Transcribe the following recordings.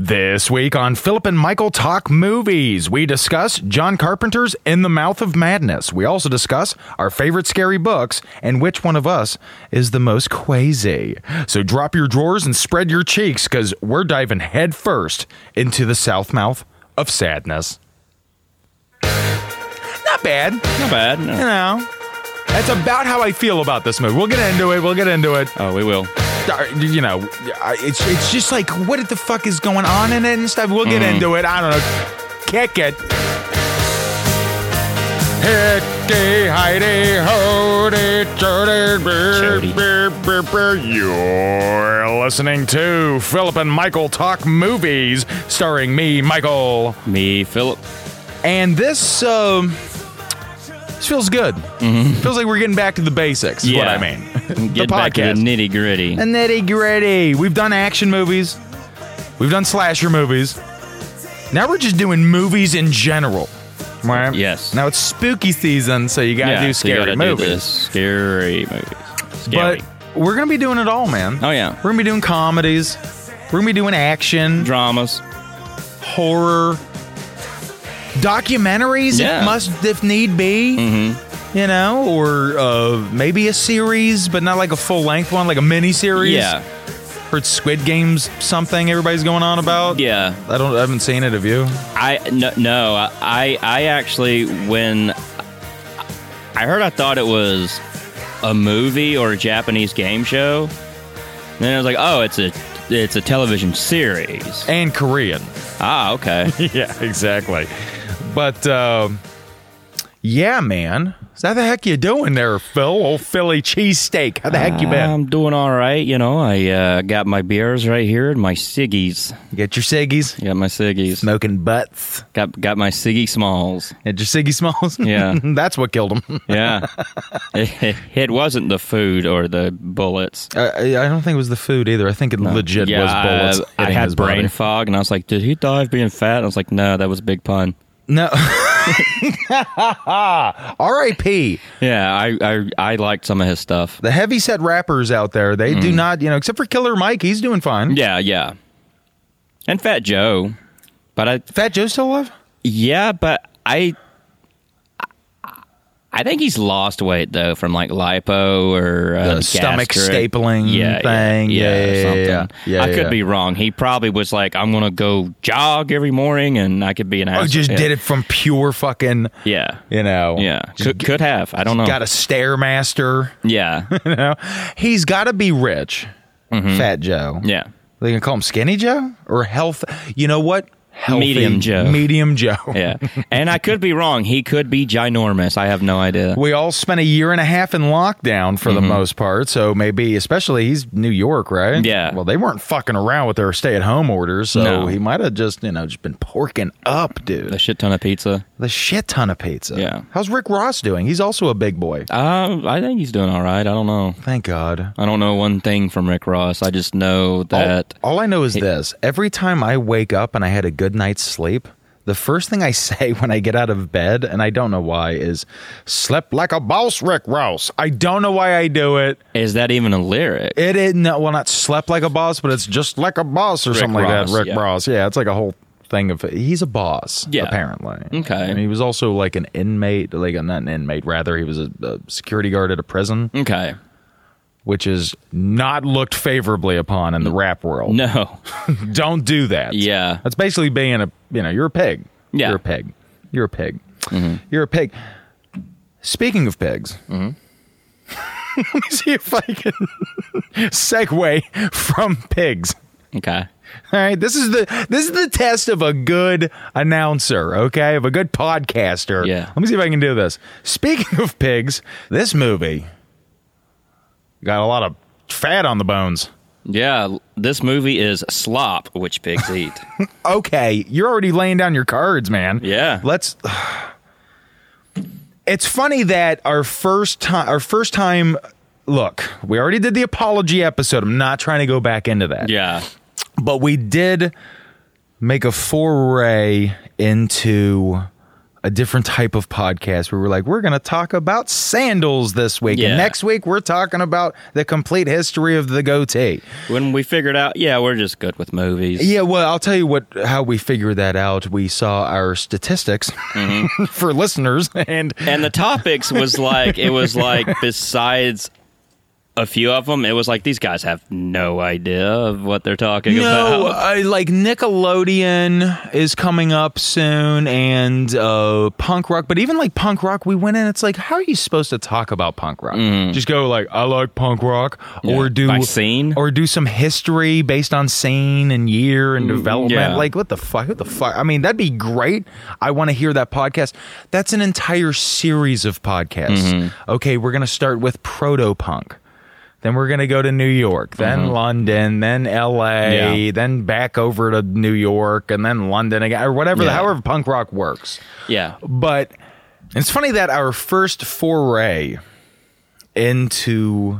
This week on Philip and Michael Talk Movies, we discuss John Carpenter's In the Mouth of Madness. We also discuss our favorite scary books and which one of us is the most crazy. So drop your drawers and spread your cheeks because we're diving headfirst into the south mouth of sadness. Not bad, you Not bad. No. know. That's about how I feel about this movie. We'll get into it. We'll get into it. Oh, we will. Uh, you know, I- it's it's just like what the fuck is going on in it and stuff. We'll get into it. I don't know. Kick it. Hickey, Heidi, Hody, Jody, Jody. brr, brr, brr, brr. You're listening to Philip and Michael Talk Movies, starring me, Michael. Me, Philip. And this, um, this feels good. Feels like we're getting back to the basics, is what Yeah. I mean. Get back to the nitty gritty. the nitty gritty. We've done action movies, we've done slasher movies. Now we're just doing movies in general. Right? Yes. Now it's spooky season, so you gotta yeah, do so you scary gotta do movies. this. Scary movies. Scary. but we're gonna be doing it all, man. oh yeah. We're gonna be doing comedies. We're gonna be doing action, Dramas. horror, documentaries, Yeah. Mm-hmm. if must if need be. You know, or uh, maybe a series, but not like a full length one, like a mini series. Yeah. heard Squid Games something everybody's going on about. Yeah. I don't. I haven't seen it. Have you? I no, no I I actually when I heard I thought it was a movie or a Japanese game show. Then I was like, oh, it's a it's a television series. And Korean. Ah, okay. yeah, exactly. But um, yeah, man, is that the heck you doing there, Phil? Old Philly cheesesteak. How the heck you been? I'm doing all right. You know, I uh, got my beers right here and my ciggies. You got your ciggies, Got my ciggies. smoking butts. Got got my ciggy smalls. Got your ciggy smalls. Yeah. that's what killed him. Yeah, it, wasn't the food or the bullets. I, I I don't think it was the food either. I think it legit yeah, was bullets. I, I hitting had his body. brain fog, and I was like, "Did he die of being fat?" And I was like, "No, that was a big pun." No. R.I.P. Yeah, I I, I liked some of his stuff. The heavyset rappers out there, they do not, you know, except for Killer Mike, he's doing fine. Mm. Yeah, yeah, and Fat Joe, but I Fat Joe still alive? yeah, but I. I think he's lost weight though from like lipo or uh, The stomach gastric- stapling thing. yeah, Yeah, yeah, something. yeah, yeah. I Yeah, could yeah. be wrong. He probably was like, "I'm gonna go jog every morning," and I could be an Oh, asshole. just did it from pure fucking, Yeah, you know. yeah. Just Could, could have. I don't know. got a stairmaster. Yeah, You know, he's got to be rich, Fat Joe. Mm-hmm. yeah. They gonna call him Skinny Joe or health. You know what? Healthy, Medium Joe. Medium Joe. Yeah, and I could be wrong. He could be ginormous. I have no idea. We all spent a year and a half in lockdown for Mm-hmm. the most part, so maybe especially he's New York, right? Yeah. Well, they weren't fucking around with their stay-at-home orders, so No. he might have just you know just been porking up, dude. A shit ton of pizza. The shit ton of pizza. Yeah. How's Rick Ross doing? He's also a big boy. Uh, I think he's doing all right. I don't know. Thank God. I don't know one thing from Rick Ross. I just know All, that. all I know is this: every time I wake up and I had a good night's sleep. The first thing I say when I get out of bed, and I don't know why, is slept like a boss, Rick Ross. I don't know why I do it. Is that even a lyric? It is no, well, not slept like a boss, but it's just like a boss or something like Ross, that. Rick yeah. Ross, yeah, it's like a whole thing of he's a boss, Yeah. apparently. Okay. and he was also like an inmate, like a, not an inmate, rather he was a, a security guard at a prison, Okay. which is not looked favorably upon in the rap world. No. Don't do that. Yeah. that's basically being a you know you're a pig. Yeah. Mm-hmm. you're a pig. You're a pig. You're a pig. Speaking of pigs, let me see if I can segue from pigs. Okay. All right, this is the this is the test of a good announcer, okay, of a good podcaster. Yeah. Let me see if I can do this. Speaking of pigs, this movie got a lot of fat on the bones. Yeah, this movie is slop, which pigs eat. Okay, you're already laying down your cards, man. Yeah. Let's. It's funny that our first time, our first time, look, we already did the apology episode. I'm not trying to go back into that. yeah. But we did make a foray into a different type of podcast where we're like, we're going to talk about sandals this week. Yeah. And next week, we're talking about the complete history of the goatee. When we figured out, yeah, we're just good with movies. Yeah, well, I'll tell you what how we figured that out. We saw our statistics for listeners and And the topics was like it was like besides a few of them, it was like these guys have no idea of what they're talking no, about. I, like Nickelodeon is coming up soon, and uh, punk rock. But even like punk rock, we went in. It's like, how are you supposed to talk about punk rock? Just go like, I like punk rock, or Mm. Yeah, do by scene. or do some history based on scene and year and development. Mm, yeah. Like, what the fuck? What the fuck? I mean, that'd be great. I want to hear that podcast. That's an entire series of podcasts. Mm-hmm. Okay, we're gonna start with proto punk. Then we're going to go to New York, then London, then LA, Mm-hmm. Yeah. then back over to New York, and then London again, or whatever, Yeah. however punk rock works. Yeah. But it's funny that our first foray into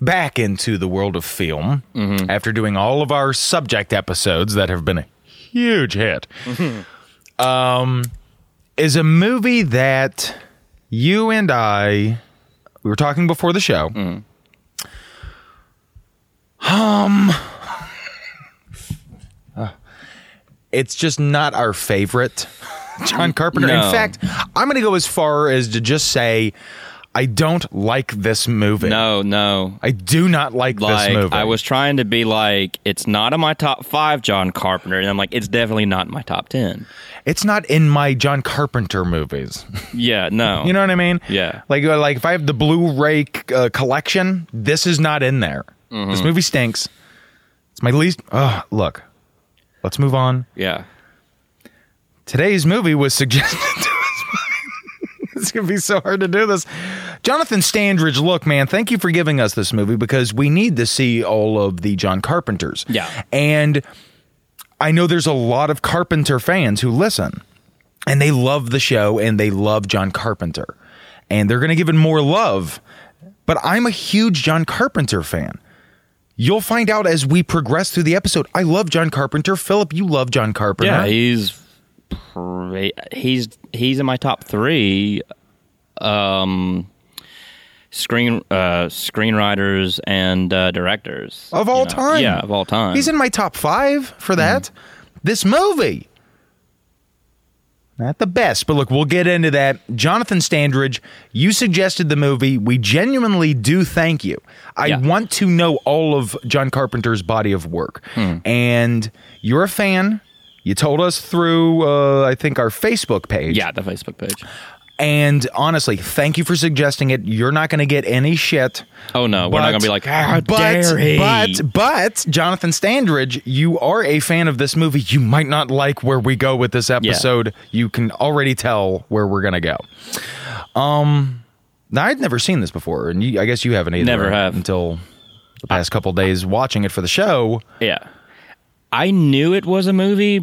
back into the world of film Mm-hmm. after doing all of our subject episodes that have been a huge hit um, Mm-hmm. is a movie that you and I we were talking before the show. Mm. Um, Um, uh, it's just not our favorite, John Carpenter. In No. fact, I'm going to go as far as to just say I don't like this movie. No, no. I do not like, Like this movie. I was trying to be like, it's not in my top five John Carpenter, and I'm like, it's definitely not in my top ten. It's not in my John Carpenter movies. Yeah, no. You know what I mean? Yeah. Like uh, like if I have the Blu-ray uh, collection, this is not in there. Mm-hmm. This movie stinks. It's my least. Ugh, look, let's move on. Yeah. Today's movie was suggested to us. it's gonna be so hard to do this. Jonathan Standridge, look, man, thank you for giving us this movie because we need to see all of the John Carpenters. Yeah. and I know there's a lot of Carpenter fans who listen, and they love the show and they love John Carpenter, and they're gonna give it more love. But I'm a huge John Carpenter fan. You'll find out as we progress through the episode. I love John Carpenter. Philip, you love John Carpenter. Yeah, he's pre- he's he's in my top three um screen uh screenwriters and uh directors Of you all know. time. yeah of all time He's in my top five for Hmm. that. This movie. Not the best, but look, we'll get into that. Jonathan Standridge, you suggested the movie. We genuinely do thank you. I Yeah. want to know all of John Carpenter's body of work. Hmm. And you're a fan. You told us through, uh, I think, our Facebook page. yeah the facebook page And honestly, thank you for suggesting it. You're not going to get any shit. oh no we're not gonna But- be like how but, dare he But but Jonathan Standridge, you are a fan of this movie. You might not like where we go with this episode. You can already tell where we're gonna go. Um, now I'd never seen this before, and you, I guess you haven't either. Never right? have. until the past couple days watching it for the show. yeah i knew it was a movie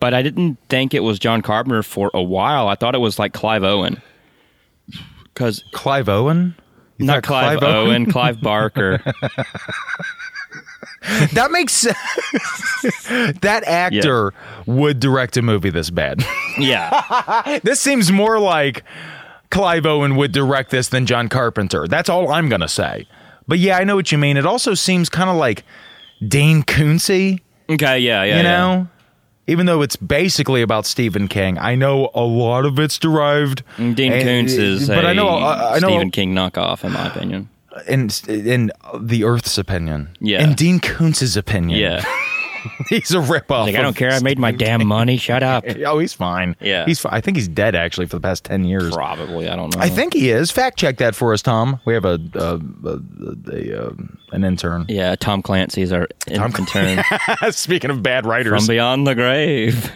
but i didn't think it was john carpenter for a while i thought it was like clive owen because Clive Owen. You not thought clive, owen clive barker That makes sense. that actor would direct a movie this bad. yeah This seems more like Clive Owen would direct this than John Carpenter. That's all I'm going to say. But yeah, I know what you mean. It also seems kind of like Dane Coonsey, Okay, yeah, yeah. you yeah. know? Even though it's basically about Stephen King, I know a lot of it's derived. Dean and- uh, Koontz Mm, is but a I know, I, I know, Stephen King knockoff, in my opinion. in in the Earth's opinion, Yeah. in Dean Koontz's opinion, Yeah. he's a ripoff. Like, I don't of care. I made my damn money. Shut up. Oh, he's fine. Yeah. he's. Fi- I think he's dead actually for the past ten years. Probably. I don't know. I think he is. Fact check that for us, Tom. We have a, a, a, a, a an intern. Yeah, Tom Clancy's our intern Speaking of bad from writers, beyond the grave.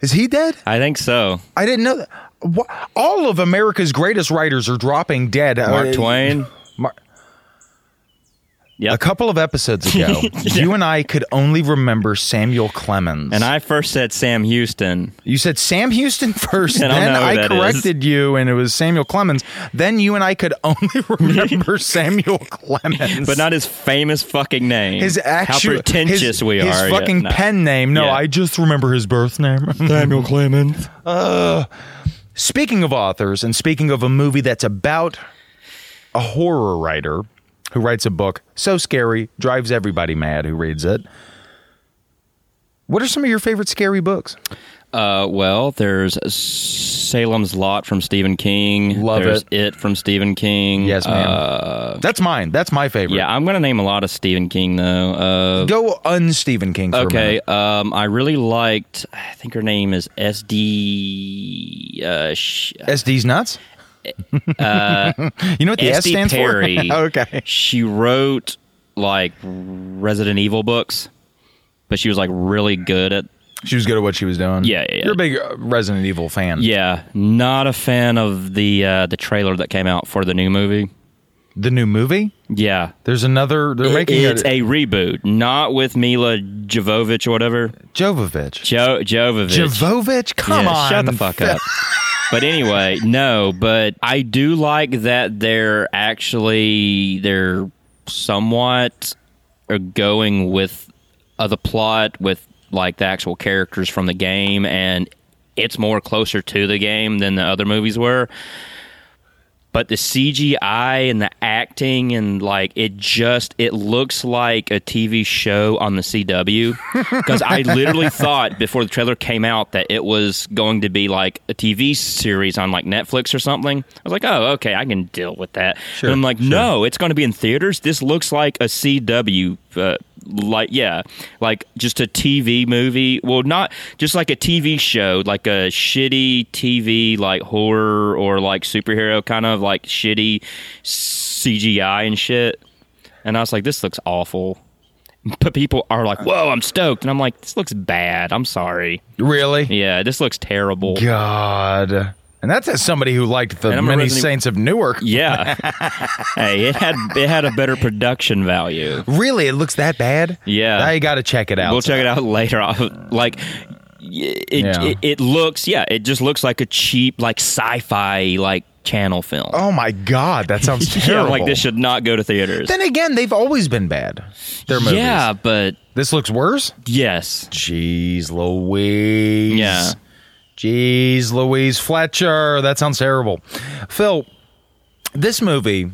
is he dead? I think so. I didn't know that. Wha- All of uh, America's greatest writers are dropping dead. Mark Uh, Twain. Mar- Yep. A couple of episodes ago, you and I could only remember Samuel Clemens. And I first said Sam Houston. You said Sam Houston first, I don't then know who I that corrected you, and it was Samuel Clemens. Then you and I could only remember Samuel Clemens, But not his famous fucking name. his actual How pretentious his- we His are. Yeah, fucking no. pen name. No, Yeah. I just remember his birth name. Uh, Samuel Clemens. speaking of authors, and speaking of a movie that's about a horror writer who writes a book so scary drives everybody mad who reads it. What are some of your favorite scary books? Uh, well, there's Salem's Lot from Stephen King. Love there's it. It from Stephen King. Uh, Yes, ma'am. that's mine. That's my favorite. Yeah, I'm gonna name a lot of Stephen King though. Uh, Go un Stephen King. For A okay, minute. um, I really liked. I think her name is SD. Uh, sh- SD's nuts. you know what the S SD stands Uh, Perry. for? okay. She wrote like Resident Evil books, but she was like really good at. She was good at what she was doing. Yeah, yeah, yeah. You're a big uh, Resident Evil fan. Yeah, not a fan of the uh, the trailer that came out for the new movie. The new movie. Yeah, There's another. They're making it's a, a reboot, not with Mila Jovovich or whatever. Jovovich. Jo- Jovovich. Jovovich. Come Yeah, on. Shut the fuck up. but anyway, no, but I do like that they're actually they're somewhat are going with uh, the plot with like the actual characters from the game and it's more closer to the game than the other movies were. But the CGI and the acting and like it just it looks like a TV show on the CW because I literally thought before the trailer came out that it was going to be like a TV series on like Netflix or something. I was like, oh okay, I can deal with that. But I'm like, no, it's going to be in theaters. This looks like a CW. Uh, like yeah, like just a TV movie. Well, not just like a TV show, like a shitty TV like horror or like superhero kind of like shitty CGI and shit. And I was like, this looks awful. But people are like, whoa, I'm stoked. And I'm like, this looks bad. I'm sorry. Really? Yeah, this looks terrible. God. And that's as somebody who liked the And I'm a Many Resident- Saints of Newark. Yeah. hey, it had it had a better production value. Really, it looks that bad. Yeah. I got to check it out. We'll check it out later. like y- it, Yeah. it, it looks, yeah, it just looks like a cheap, like sci-fi, like channel film. Oh my God, that sounds yeah, terrible. like this should not go to theaters. Then again, they've always been bad. Their movies. yeah, but This looks worse. yes, Jeez Louise. Yeah. Jeez Louise Fletcher. That sounds terrible. Phil, this movie.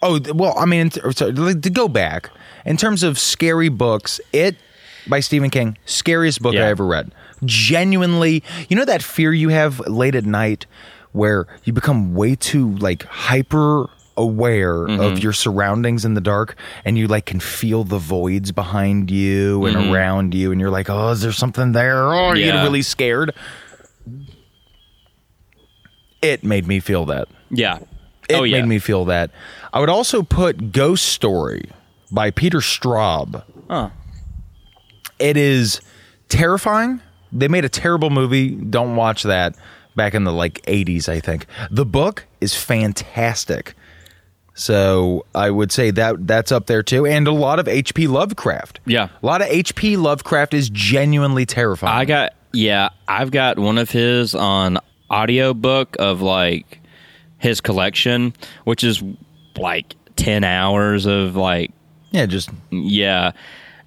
Oh, th- well, I mean, t- sorry, like, to go back, in terms of scary books, it by Stephen King, scariest book Yeah. I ever read. Genuinely, you know that fear you have late at night where you become way too like hyper aware Mm-hmm. of your surroundings in the dark and you like can feel the voids behind you and around you and you're like, "Oh, is there something there?" Oh, you get Mm-hmm. Yeah. really scared. It made me feel that. yeah. It oh yeah, made me feel that. I would also put Ghost Story by Peter Straub. Huh. It is terrifying. They made a terrible movie. Don't watch that. Back in the like 80s, I think. The book is fantastic. So I would say that that's up there too. And a lot of H.P. Lovecraft. Yeah. A lot of H.P. Lovecraft is genuinely terrifying. I got yeah, I've got one of his on audiobook of like his collection, which is like ten hours of like yeah, just Yeah,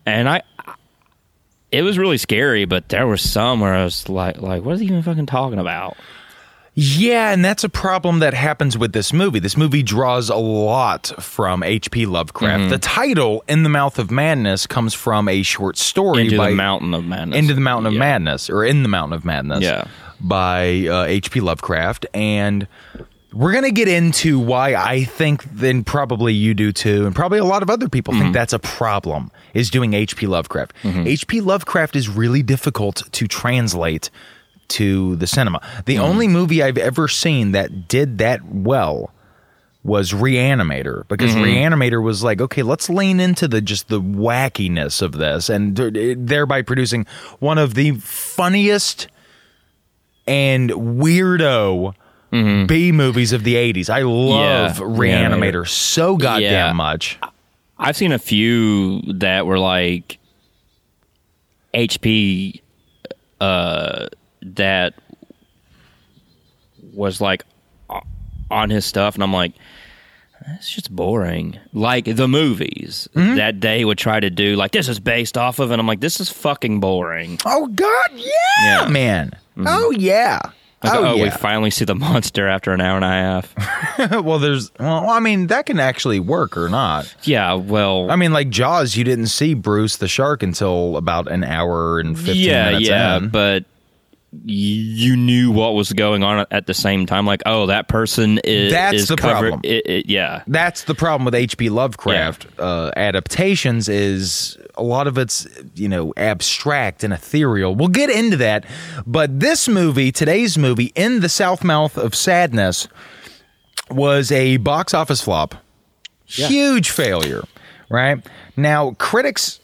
and I, it was really scary. But there was some where I was like, like, what is he even fucking talking about? Yeah, and that's a problem that happens with this movie. This movie draws a lot from H.P. Lovecraft. Mm-hmm. The title, In the Mouth of Madness, comes from a short story Into by the mountain of madness. Into the Mountain of Yeah. Madness, or In the Mountain of Madness Yeah. by uh, H.P. Lovecraft. And we're going to get into why I think, then probably you do too, and probably a lot of other people Mm-hmm. think that's a problem, is doing H.P. Lovecraft. H.P. Lovecraft is really difficult to translate to the cinema. The Mm-hmm. only movie I've ever seen that did that well was Reanimator because Mm-hmm. Reanimator was like, okay, let's lean into the just the wackiness of this, and th- thereby producing one of the funniest and weirdo B movies of the '80s. I love Mm-hmm. Yeah, Reanimator so goddamn Yeah. much. I've seen a few that were like HP uh, that was like o- on his stuff, and I'm like, that's just boring. Like the movies Mm-hmm. that they would try to do, like this is based off of, and I'm like, this is fucking boring. Oh God, yeah, Yeah. Mm-hmm. man. Oh yeah. Like, oh, we yeah. finally see the monster after an hour and a half. well, there's. Well, I mean, that can actually work or not. yeah, well, I mean, like Jaws, you didn't see Bruce the shark until about an hour and fifteen yeah, minutes yeah, in. but y- you knew what was going on at the same time. Like, oh, that person is That's is the covered. problem. It, it, yeah, That's the problem with H.P. Lovecraft uh, adaptations is a lot of it's you know abstract and ethereal. We'll get into that, but this movie, today's movie, in the South Mouth of Sadness, was a box office flop, huge failure. Right now, critics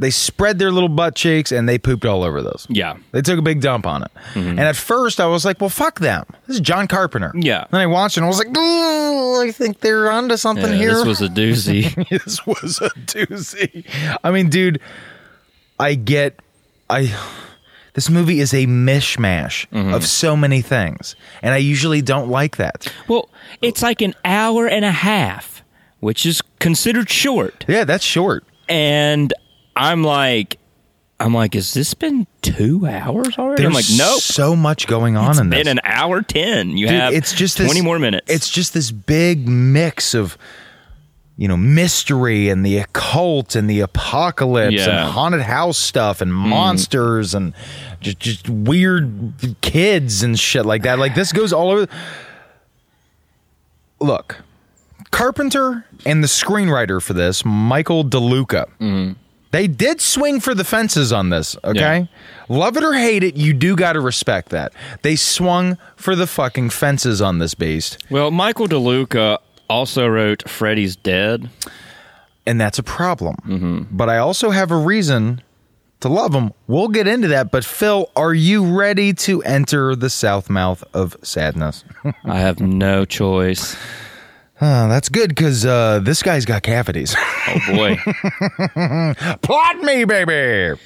they spread their little butt cheeks and they pooped all over this. yeah. They took a big dump on it. And at first I was like, well, fuck them. This is John Carpenter. Mm-hmm. Yeah. Then I watched it and I was like, "Ooh, I think they're onto something Yeah, here. This was a doozy. this was a doozy. I mean, dude, I get I this movie is a mishmash Mm-hmm. of so many things. And I usually don't like that. well, it's like an hour and a half, which is considered short. Yeah, that's short. And I'm like, I'm like, has this been two hours already? I'm like, There's nope. So much going on in this. Been an hour ten. You Dude, have it's just this- twenty more minutes. It's just this big mix of you know mystery and the occult and the apocalypse Yeah. Hmm. and haunted house stuff and monsters and just, just weird kids and shit like that. Like this goes all over. Look, Carpenter and the screenwriter for this, Michael DeLuca. They did swing for the fences on this, okay? Love it or hate it, you do got to respect that. They swung for the fucking fences on this beast, well, Michael DeLuca also wrote Freddy's Dead. and that's a problem. But I also have a reason to love them. We'll get into that, but Phil, are you ready to enter the south mouth of sadness? I have no choice. Uh, that's good because uh, this guy's got cavities. Oh boy. Plot me, baby!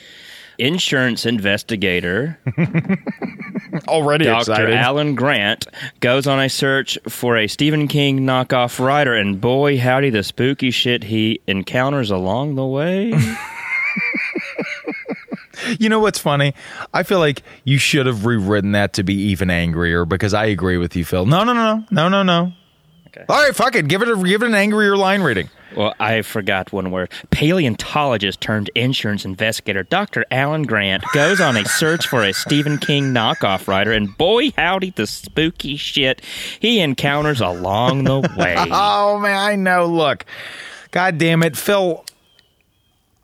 Insurance investigator Already Dr. Alan Grant goes on a search for a Stephen King knockoff writer, and boy, howdy, the spooky shit he encounters along the way. You know what's funny? I feel like you should have rewritten that to be even angrier because I agree with you, Phil. No, no, no, no, no, no. Okay. All right, fuck it. Give it a give it an angrier line reading. well, I forgot one word. Paleontologist turned insurance investigator Dr. Alan Grant goes on a search for a Stephen King knockoff writer, and boy, howdy, the spooky shit he encounters along the way. Oh man, I know. Look, god damn it, Phil.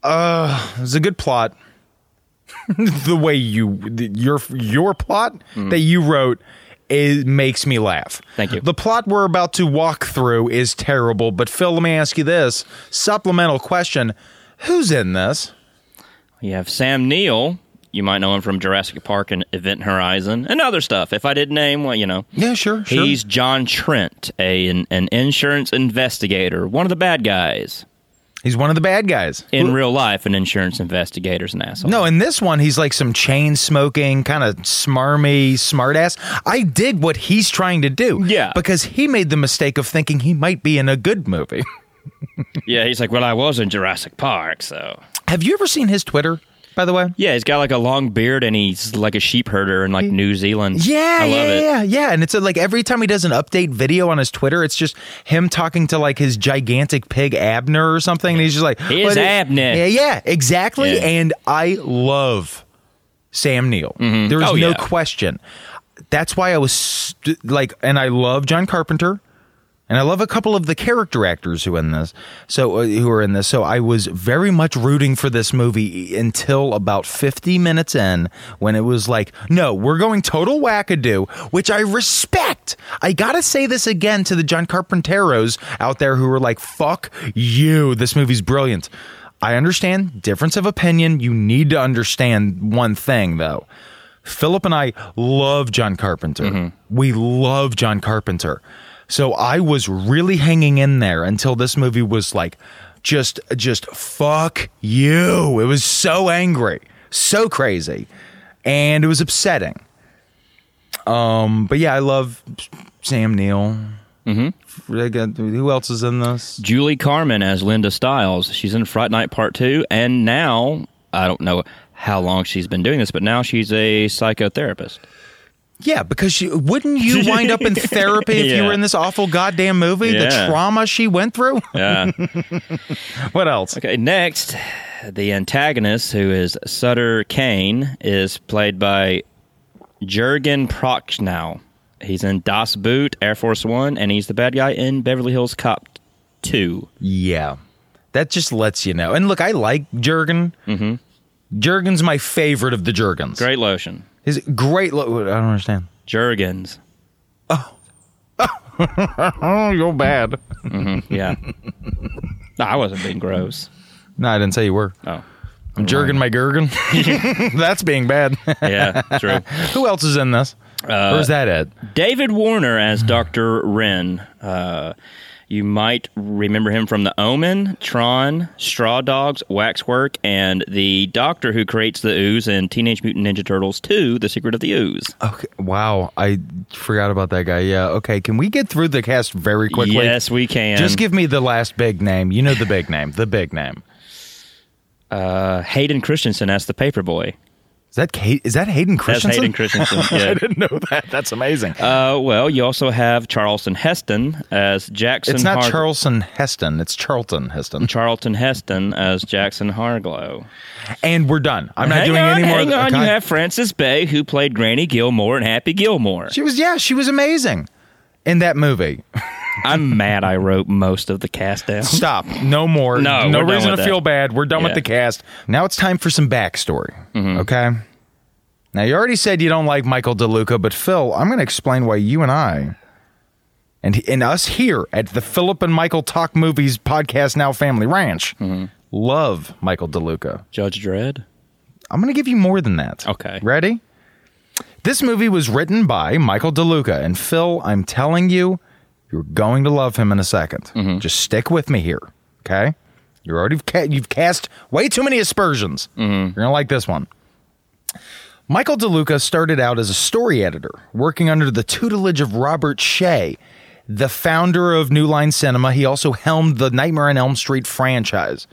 Uh, it was a good plot. the way you your your plot that you wrote it makes me laugh. Mm-hmm. Thank you. The plot we're about to walk through is terrible, but Phil, let me ask you this supplemental question: Who's in this? You have Sam Neill. You might know him from Jurassic Park and Event Horizon and other stuff. If I did name, well, you know. Yeah, sure, sure. He's John Trent, a, an, an insurance investigator, one of the bad guys. He's one of the bad guys. In real life, an insurance investigator's an asshole. No, in this one, he's like some chain smoking, kind of smarmy, smartass. I dig what he's trying to do. Yeah. Because he made the mistake of thinking he might be in a good movie. Yeah, he's like, well, I was in Jurassic Park, so. Have you ever seen his Twitter, by the way? Yeah, he's got like a long beard and he's like a sheep herder in like New Zealand. Yeah, I love yeah, it. yeah, yeah. And it's uh, like every time he does an update video on his Twitter, it's just him talking to like his gigantic pig Abner or something, and he's just like, Here's "What is- Abner." Yeah, yeah, exactly. Yeah. And I love Sam Neill. There is Oh, no yeah. question. That's why I was st- like, and I love John Carpenter. And I love a couple of the character actors who in this, so uh, who are in this. So I was very much rooting for this movie until about 50 minutes in, when it was like, no, we're going total wackadoo, which I respect. I gotta say this again to the John Carpenteros out there who were like, fuck you, this movie's brilliant. I understand difference of opinion. You need to understand one thing though. Philip and I love John Carpenter. We love John Carpenter. So I was really hanging in there until this movie was like just just fuck you. It was so angry, so crazy, and it was upsetting. Um, but yeah, I love Sam Neill. Mm-hmm. Who else is in this? Julie Carmen as Linda Stiles. She's in Fright Night Part 2, and now, I don't know how long she's been doing this, but now she's a psychotherapist. Yeah, because she, wouldn't you wind up in therapy if you Yeah. were in this awful goddamn movie? The Yeah. trauma she went through. Yeah. what else? okay, next, the antagonist, who is Sutter Kane, is played by Jurgen Prochnow. He's in Das Boot, Air Force One, and he's the bad guy in Beverly Hills Cop 2. Yeah, that just lets you know. And look, I like Jurgen. Mm-hmm. Jurgen's my favorite of the Jurgens. Great lotion. His great. Lo- I don't understand. Jurgens. Oh, you're bad. Yeah. No, I wasn't being gross. No, I didn't say you were. Oh. I'm jerking my Gergen. That's being bad. Yeah, true. Who else is in this? Uh, Where's that at? David Warner as Dr. Wren. Uh, you might remember him from The Omen, Tron, Straw Dogs, Waxwork, and the doctor who creates the ooze in Teenage Mutant Ninja Turtles 2, The Secret of the Ooze. Okay. Wow, I forgot about that guy. Yeah. Okay. Can we get through the cast very quickly? Yes, we can. Just give me the last big name. You know the big name. The big name. uh, Hayden Christensen as the paperboy. Is that Kate? Is that Hayden That's Christensen? Hayden Christensen. Yeah. didn't know that. That's amazing. Uh, well, you also have Charleston Heston as Jackson. it's not Har- Charleston Heston. It's Charlton Heston. Charlton Heston as Jackson Harglow. And we're done. I'm not hang doing on, any more. Hang on, God. you have Frances Bay, who played Granny Gilmore and Happy Gilmore. She was. Yeah, she was amazing in that movie. I'm mad I wrote most of the cast down. Stop. No more. No, no we're done reason to with that. feel bad. We're done with Yeah. Mm-hmm. the cast. Now it's time for some backstory. Okay. Now you already said you don't like Michael DeLuca, but Phil, I'm going to explain why you and I, and and us here at the Philip and Michael Talk Movies Podcast Now Family Ranch, Mm-hmm. love Michael DeLuca. Judge Dredd? I'm going to give you more than that. Okay. Ready? This movie was written by Michael DeLuca. And Phil, I'm telling you, you're going to love him in a 2nd Just stick with me here. Okay? You're already ca- you've cast way too many aspersions. You're going to like this one. Michael DeLuca started out as a story editor, working under the tutelage of Robert Shea, the founder of New Line Cinema. He also helmed the Nightmare on Elm Street franchise.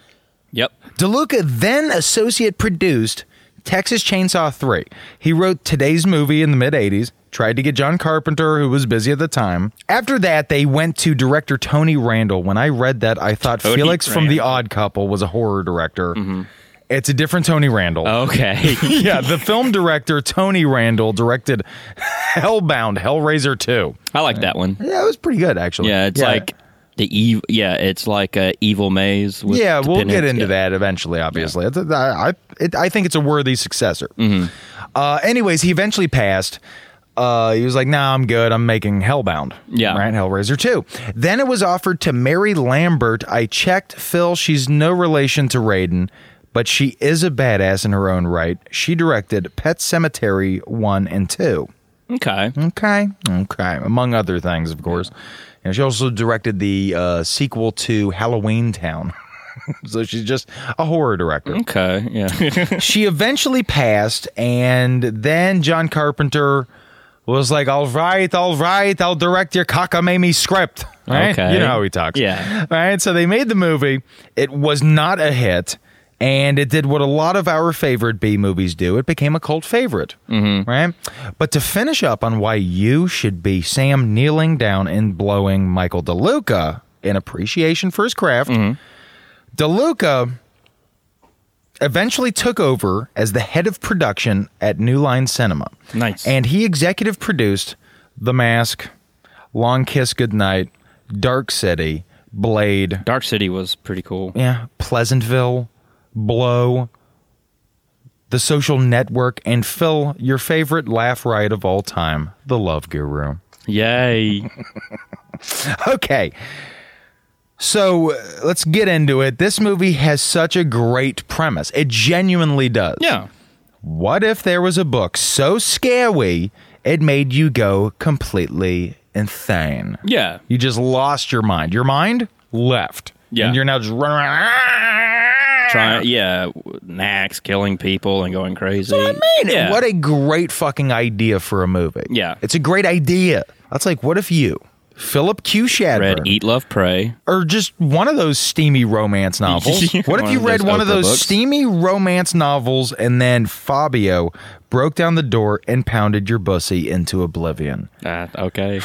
Yep. DeLuca then associate produced Texas Chainsaw 3. He wrote today's movie in the mid 80s, tried to get John Carpenter, who was busy at the time. After that, they went to director Tony Randall. When I read that, I thought Tony Felix from The Randall. Mm-hmm. Odd Couple was a horror director. It's a different Tony Randall. Oh. Okay. Yeah, the film director Tony Randall directed Hellbound, Hellraiser 2. I like that one. Yeah, it was pretty good, actually. Yeah, it's like the evil. Yeah, it's like a evil maze. With yeah, the we'll get pinheads. into Yeah. that eventually. Obviously, It's- I I, it, I think it's a worthy successor. Mm-hmm. Uh, anyways, he eventually passed. Uh, he was like, "Nah, I'm good. I'm making Hellbound. Yeah. right. Hellraiser two. Then it was offered to Mary Lambert. I checked, Phil. She's no relation to Raiden, but she is a badass in her own right. She directed Pet Cemetery one and two. Okay. Okay. Okay. Among other things, of course. And she also directed the uh, sequel to Halloween Town. so she's just a horror director. Okay. Yeah. she eventually passed, and then John Carpenter was like, all right, all right, I'll direct your cockamamie script. Right? Okay. You know how he talks. Yeah. Right? So they made the movie. It was not a hit. And it did what a lot of our favorite B movies do. It became a cult favorite, mm-hmm. right? But to finish up on why you should be Sam kneeling down and blowing Michael DeLuca in appreciation for his craft, Mm-hmm. DeLuca eventually took over as the head of production at New Line Cinema. Nice. And he executive produced The Mask, Long Kiss Goodnight, Dark City, Blade, Dark City was pretty cool. yeah, Pleasantville, Blow, The Social Network, and Phil, your favorite laugh riot of all time, The Love Guru. Yay. Okay. So uh, let's get into it. This movie has such a great premise. It genuinely does. Yeah. What if there was a book so scary it made you go completely insane? Yeah. You just lost your mind. Your mind left. Yeah. and you're now just running "Ah!" around. Trying, yeah, Max killing people and going crazy. That's what I mean. yeah. What a great fucking idea for a movie. Yeah. It's a great idea. That's like, what if you, Philip Q. read Shadburn, Eat, Love, Pray. or just one of those steamy romance novels? Yeah, what if one you of read those one of Oprah those books. steamy romance novels and then Fabio broke down the door and pounded your bussy into oblivion? Uh, okay.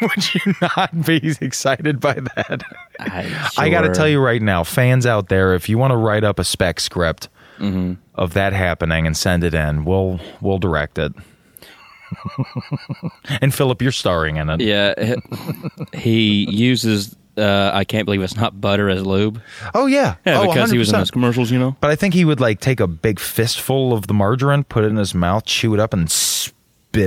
Would you not be excited by that? I, I got to sure. tell you right now, fans out there, if you want to write up a spec script Mm-hmm. of that happening and send it in, we'll we'll direct it. and Philip, you're starring in it. Yeah, he, he uses. Uh, I can't believe it's not butter as lube. Oh yeah, Yeah, oh, because he was in 100%. those commercials, you know. But I think he would like take a big fistful of the margarine, put it in his mouth, chew it up, and spit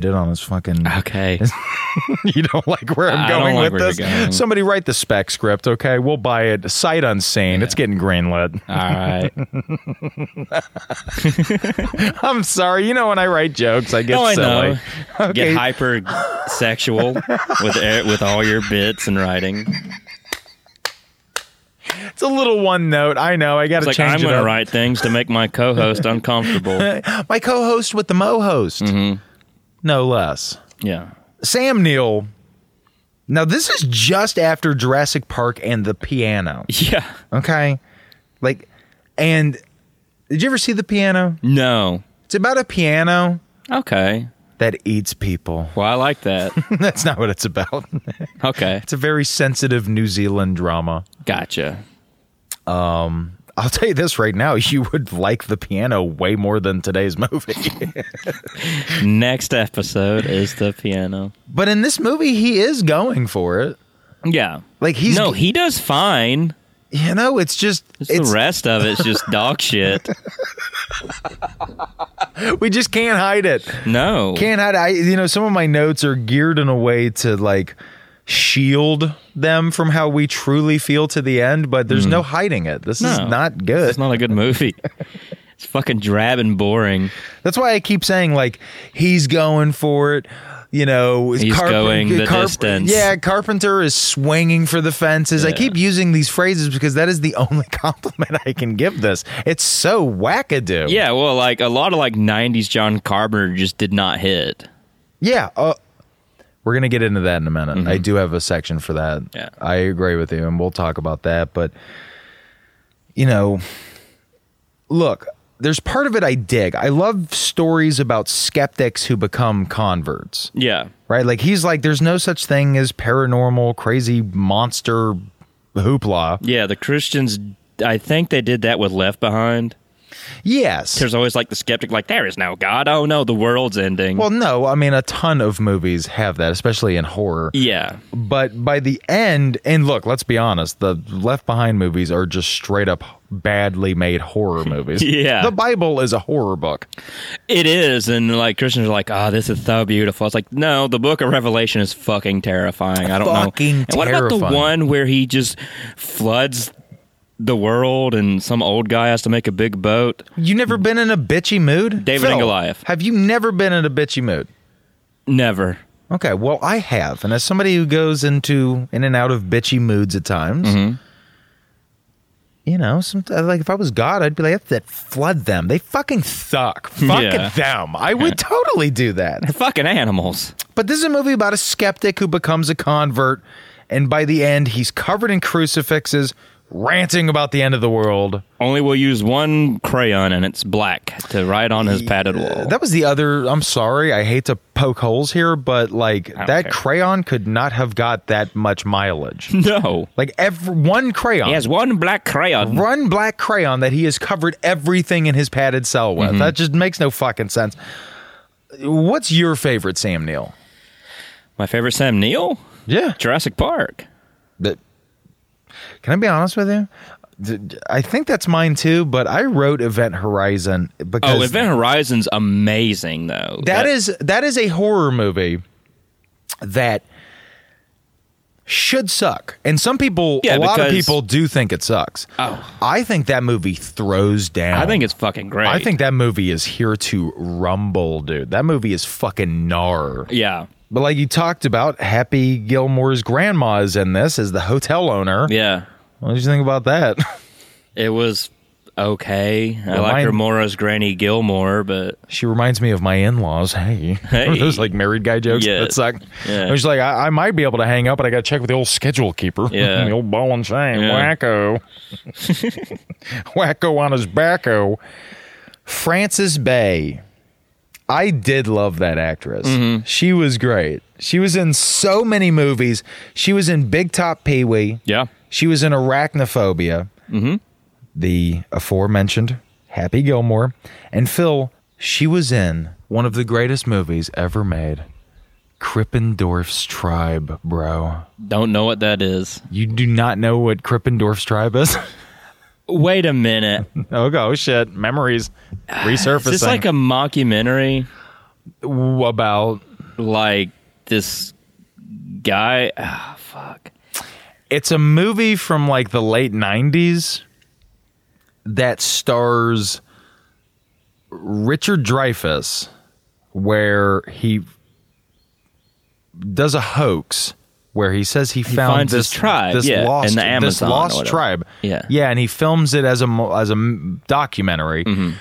it on his fucking. Okay. you don't like where I'm I going don't like with where this. you're going. Somebody write the spec script, okay? We'll buy it sight unseen. It's getting greenlit. All right. I'm sorry. You know when I write jokes, I get No, I silly. know. Get hyper sexual with e- with all your bits and writing. It's a little one note. I know. I got It's to like change I'm it going to up. write things to make my co-host uncomfortable. My co-host with the Mo host, Mm-hmm. no less. Yeah. Sam Neill. Now this is just after Jurassic Park and the piano. Yeah. Okay, like, and did you ever see the piano? No. It's about a piano Okay. that eats people. Well, I like that. That's not what it's about. Okay. it's a very sensitive New Zealand drama. Gotcha. I'll tell you this right now: you would like the piano way more than today's movie. Next episode is the piano. but in this movie, he is going for it. Yeah. Like he's no, he does fine. You know, it's just It's, it's, the rest of it's just dog shit. we just can't hide it. No. Can't hide. I you know some of my notes are geared in a way to like shield them from how we truly feel to the end, but there's no hiding it. This is Hmm. No. not It's good. not a good movie. It's fucking drab and boring. That's why I keep saying like he's going for it. You know, He's going the distance. Yeah, Carpenter is swinging for the fences. I Yeah. keep using these phrases because that is the only compliment I can give this. It's so wackadoo. Yeah, well, like a lot of like '90s John Carpenter just did not hit. Yeah. Uh, we're going to get into that in a minute. I do have a section for that. Yeah. I agree with you, and we'll talk about that. But, you know, look, there's part of it I dig. I love stories about skeptics who become converts, Yeah, right? Like, he's like, there's no such thing as paranormal, crazy monster hoopla. yeah. The Christians, I think they did that with Left Behind. Yes. There's always like the skeptic, like there is no God. Oh no, the world's ending. Well, no, I mean, a ton of movies have that, especially in horror. yeah, but by the end and look let's be honest the left behind movies are just straight up badly made horror movies Yeah. the bible is a horror book it is. And like Christians are like, oh, this is so beautiful. It's like, no, the Book of Revelation is fucking terrifying. I don't Fucking know. And what about the terrifying. one where he just floods? The world and some old guy has to make a big boat. you never been in a bitchy mood David and Goliath. have you never been in a bitchy mood Never. okay well i have and as somebody who goes into in and out of bitchy moods at times Mm-hmm. You know, some, like if I was God, I'd be like, "That flood them. They fucking suck. Fuck Yeah. them. I would totally do that." Fucking animals. But this is a movie about a skeptic who becomes a convert, and by the end, he's covered in crucifixes, ranting about the end of the world. Only will use one crayon and it's black to write on his padded wall. That was the other. I'm sorry, I hate to poke holes here, but like that care. crayon could not have got that much mileage. no. like every one crayon. He has one black crayon. One black crayon that he has covered everything in his padded cell Mm-hmm. with. That just makes no fucking sense. What's your favorite Sam Neill? My favorite Sam Neill? Yeah. Jurassic Park. that can I be honest with you? Th- I think that's mine too, but I wrote Event Horizon because Oh, Event Horizon's amazing though. that is that is a horror movie that should suck. And some people Yeah, a lot of because- people do think it sucks. Oh. I think that movie throws down. I think it's fucking great. I think that movie is here to rumble, dude. That movie is fucking gnar. Yeah. But like you talked about, Happy Gilmore's grandma is in this as the hotel owner. Yeah. What did you think about that? It was okay. I Well, like mine- Remora's Granny Gilmore, but she reminds me of my in-laws. Hey, Hey. those like married guy jokes Yeah. that suck. Yeah. I was like, I, I might be able to hang up, but I got to check with the old schedule keeper. Yeah. the old ball and chain Yeah. wacko, wacko on his backo. Frances Bay. I did love that actress. Mm-hmm. She was great. She was in so many movies. She was in Big Top Pee Wee. yeah, She was in Arachnophobia, mm-hmm. the aforementioned Happy Gilmore, and Phil. She was in one of the greatest movies ever made, Krippendorf's Tribe, bro. don't know what that is. You do not know what Krippendorf's Tribe is? Wait a minute. oh, go shit. Memories resurfacing. Is this like a mockumentary? W- about Like this guy? Ah, fuck. it's a movie from like the late 90s that stars Richard Dreyfuss where he does a hoax where he says he, found finds his this tribe, this yeah, lost in the this Amazon or lost whatever. tribe Yeah. yeah and he films it as a mo- as a m- documentary Mm-hmm.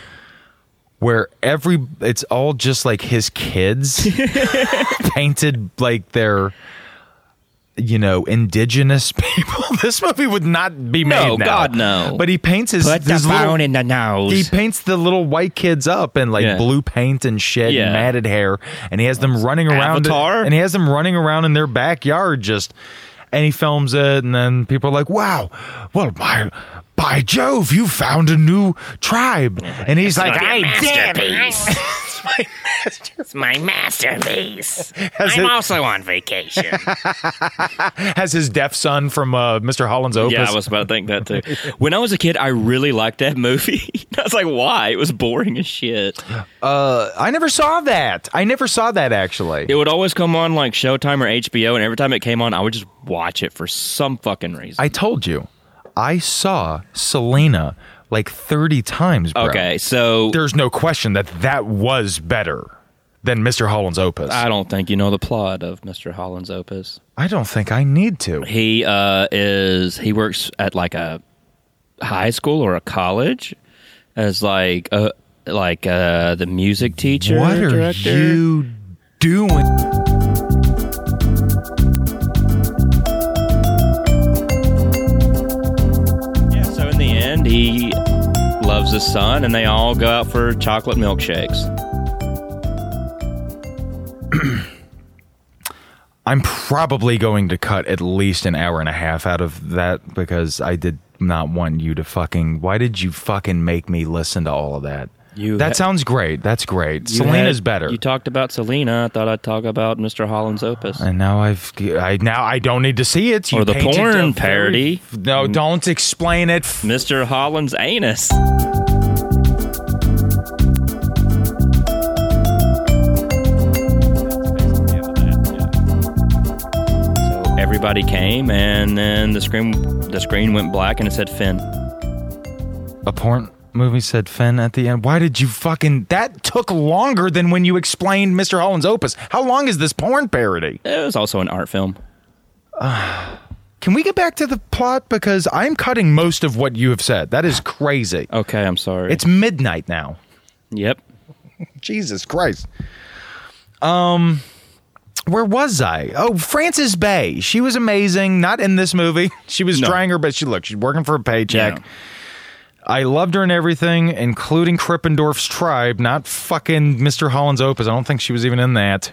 where every it's all just like his kids painted like their you know indigenous people this movie would not be made No, now. God, no. but he paints his, Put the his little- phone in the nose. he paints the little white kids up in like Yeah. blue paint and shit Yeah. and matted hair and he has them running around Avatar? and he has them running around in their backyard just and he films it and then people are like wow well my by jove you found a new Oh tribe and he's like i did It's my masterpiece. It's my masterpiece. Has I'm it- also on vacation. has his deaf son from uh, mr holland's opus yeah, I was about to think that too. When I was a kid, I really liked that movie. I was like, why? It was boring as shit. I never saw that i never saw that actually It would always come on like Showtime or HBO, and every time it came on, I would just watch it for some fucking reason. i told you i saw selena like 30 times bro. okay, so there's no question that that was better than Mr. Holland's opus. I don't think you know the plot of Mr. Holland's opus. I don't think I need to. He uh, is he works at like a high school or a college as like uh like uh the music teacher. What are director. you doing? Yeah, so in the end, he loves his son, and they all go out for chocolate milkshakes. I'm probably going to cut at least an hour and a half out of that because I did not want you to fucking. Why did you fucking make me listen to all of that? You that ha- sounds great. That's great. You Selena's had- better. You talked about Selena. I thought I'd talk about Mr. Holland's Opus. and now I've I now I don't need to see it. You Or the painted porn a very- parody. Mm. No, don't explain it. F- Mr. Holland's anus. So Everybody came, and then the screen the screen went black, and it said Finn. a porn movie said Finn at the end. Why did you fucking that took longer than when you explained Mr. Holland's opus? How long is this porn parody? It was also an art film. Can we get back to the plot because I'm cutting most of what you have said. That is crazy. Okay, I'm sorry. It's midnight now. yep. Jesus Christ. Um where was I? Oh, Frances Bay. She was amazing. Not in this movie. She was No. trying her best. She look, she's working for a paycheck. Yeah. I loved her in everything, including Krippendorf's tribe, not fucking Mr. Holland's Opus. I don't think she was even in that.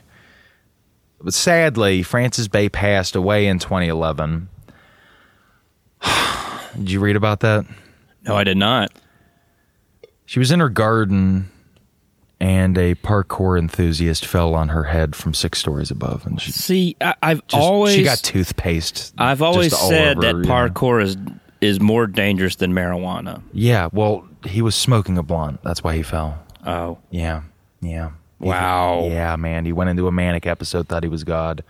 But sadly, Frances Bay passed away in 2011. Did you read about that? No, I did not. She was in her garden, and a parkour enthusiast fell on her head from six stories above, and she just, See, I, I've always she got toothpaste. I've just always all said over, that you know. parkour is is more dangerous than marijuana. Yeah, well, he was smoking a blunt. That's why he fell. Oh, Yeah, yeah. Wow. Yeah, man. He went into a manic episode, thought he was God,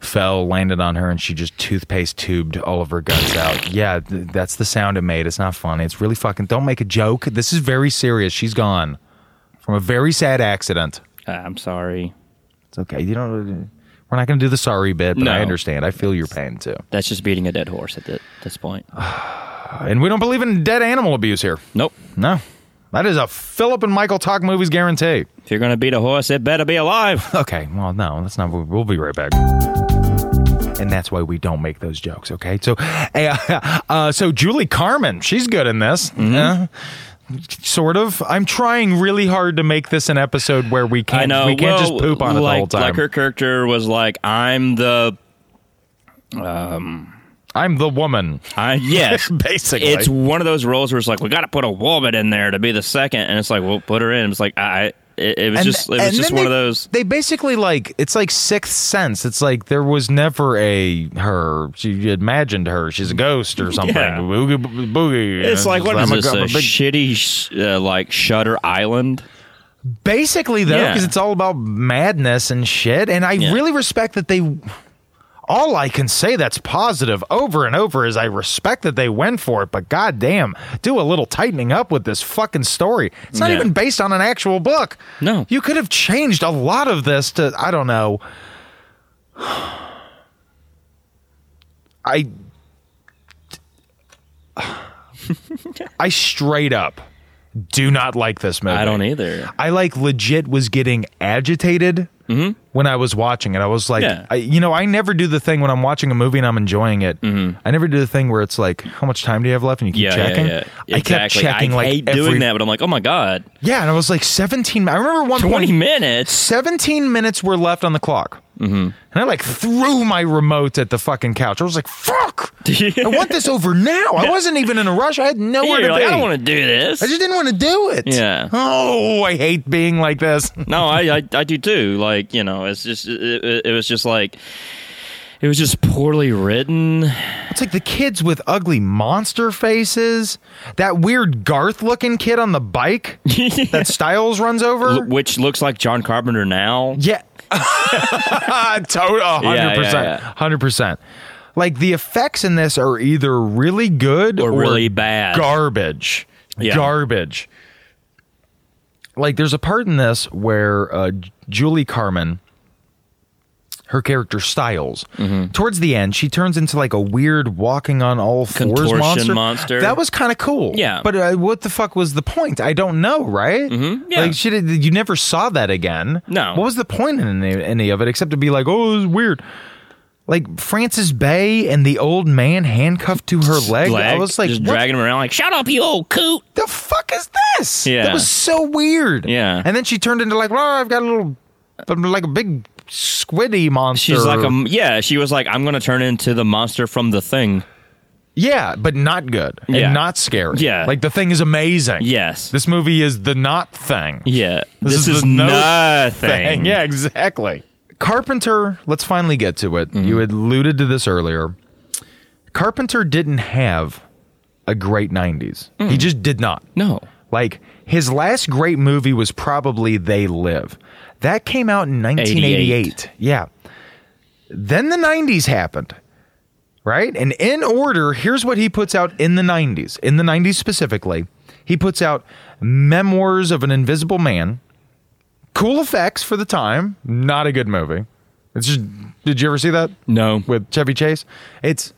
fell, landed on her, and she just toothpaste tubed all of her guts out. Yeah, th- that's the sound it made. It's not funny. It's really fucking. Don't make a joke. This is very serious. She's gone from a very sad accident. I'm sorry. It's okay. You don't. We're not going to do the sorry bit, but I No. understand. I feel your pain too. That's just beating a dead horse. At it. this point. And we don't believe in dead animal abuse here. Nope. No. That is a Philip and Michael Talk movies guarantee. If you're gonna beat a horse, it better be alive. Okay, well, no, that's not. We'll be right back. And that's why we don't make those jokes, okay? So, uh, uh, so Julie Carmen, she's good in this. Mm-hmm. Uh, sort of. I'm trying really hard to make this an episode where we can't. I know. We can't well, just poop on it like, the whole time. Like her character was like, I'm the, I'm the woman, I yes. basically. It's one of those roles where it's like we got to put a woman in there to be the second, and it's like we'll put her in. It's like I, it, it was just, it was and just then one of they- those. They basically like it's like Sixth Sense. It's like there was never a her. She imagined her. She's a ghost or something. Yeah. Boogie, boogie. It's like what I'm is a- this I'm a, a big- shitty sh- uh, like Shutter Island? Basically, though, Yeah. because it's all about madness and shit. And I Yeah. really respect that they. All I can say that's positive over and over is I respect that they went for it, but goddamn, do a little tightening up with this fucking story. It's not Yeah. even based on an actual book. No. You could have changed a lot of this to, I don't know. I. I straight up do not like this movie. I don't either. I like legit was getting agitated when I was watching it. I was like, Mm-hmm. Yeah. I, you know, I never do the thing when I'm watching a movie and I'm enjoying it. I never do the thing where it's like, how much time do you have left? And you keep Mm-hmm. Yeah, checking. yeah, yeah. I kept Exactly. checking I like hate every- doing that, but I'm like, oh my god, Yeah, and I was like 17. I remember one point, 20 minutes. 17 minutes were left on the clock. Mm-hmm. And I like threw my remote at the fucking couch. I was like, fuck! I want this over now. I wasn't even in a rush. I had nowhere You're to like, be. I don't want to do this. I just didn't want to do it. Yeah. Oh, I hate being like this. no, I, I I do too. Like you know, it's just it, it, it was just like it was just poorly written. It's like the kids with ugly monster faces. That weird Garth looking kid on the bike that Styles runs L- over. which looks like John Carpenter now. Yeah. Total 100%. Yeah, yeah, yeah. 100%. Like the effects in this are either really good Or really bad. Garbage. Yeah. Garbage. Like there's a part in this where uh, J- Julie Carmen her character Styles. Mm-hmm. Towards the end, she turns into like a weird walking on all fours Contortion monster. monster. That was kind of cool. Yeah. But uh, what the fuck was the point? I don't know, right? Mm-hmm. Yeah. Like she did, you never saw that again. No. What was the point in any, any of it except to be like, oh, it was weird. Like Francis Bay and the old man handcuffed to her leg. I Leg, was like, just what dragging him around like shut up, you old coot. the fuck is this? Yeah. That was so weird. Yeah. And then she turned into like, well, I've got a little, I'm like a big squiddy monster. She's like a yeah. She was like, I'm gonna turn into the monster from the thing. Yeah, but not good and Yeah. not scary. Yeah. like the thing is amazing. Yes. this movie is the not thing. Yeah, This this, is is, the no nothing. Thing. Yeah, exactly. Carpenter. Let's finally get to it. You Mm-hmm. had alluded to this earlier. Carpenter didn't have a great '90s. He just did not. No. Like his last great movie was probably They Live. That came out in 1988. 88. Yeah. Then the 90s happened. Right? And in order, here's what he puts out in the 90s. In the 90s specifically, he puts out Memoirs of an Invisible Man. Cool effects for the time, not a good movie. It's just did you ever see that No. with Chevy Chase? It's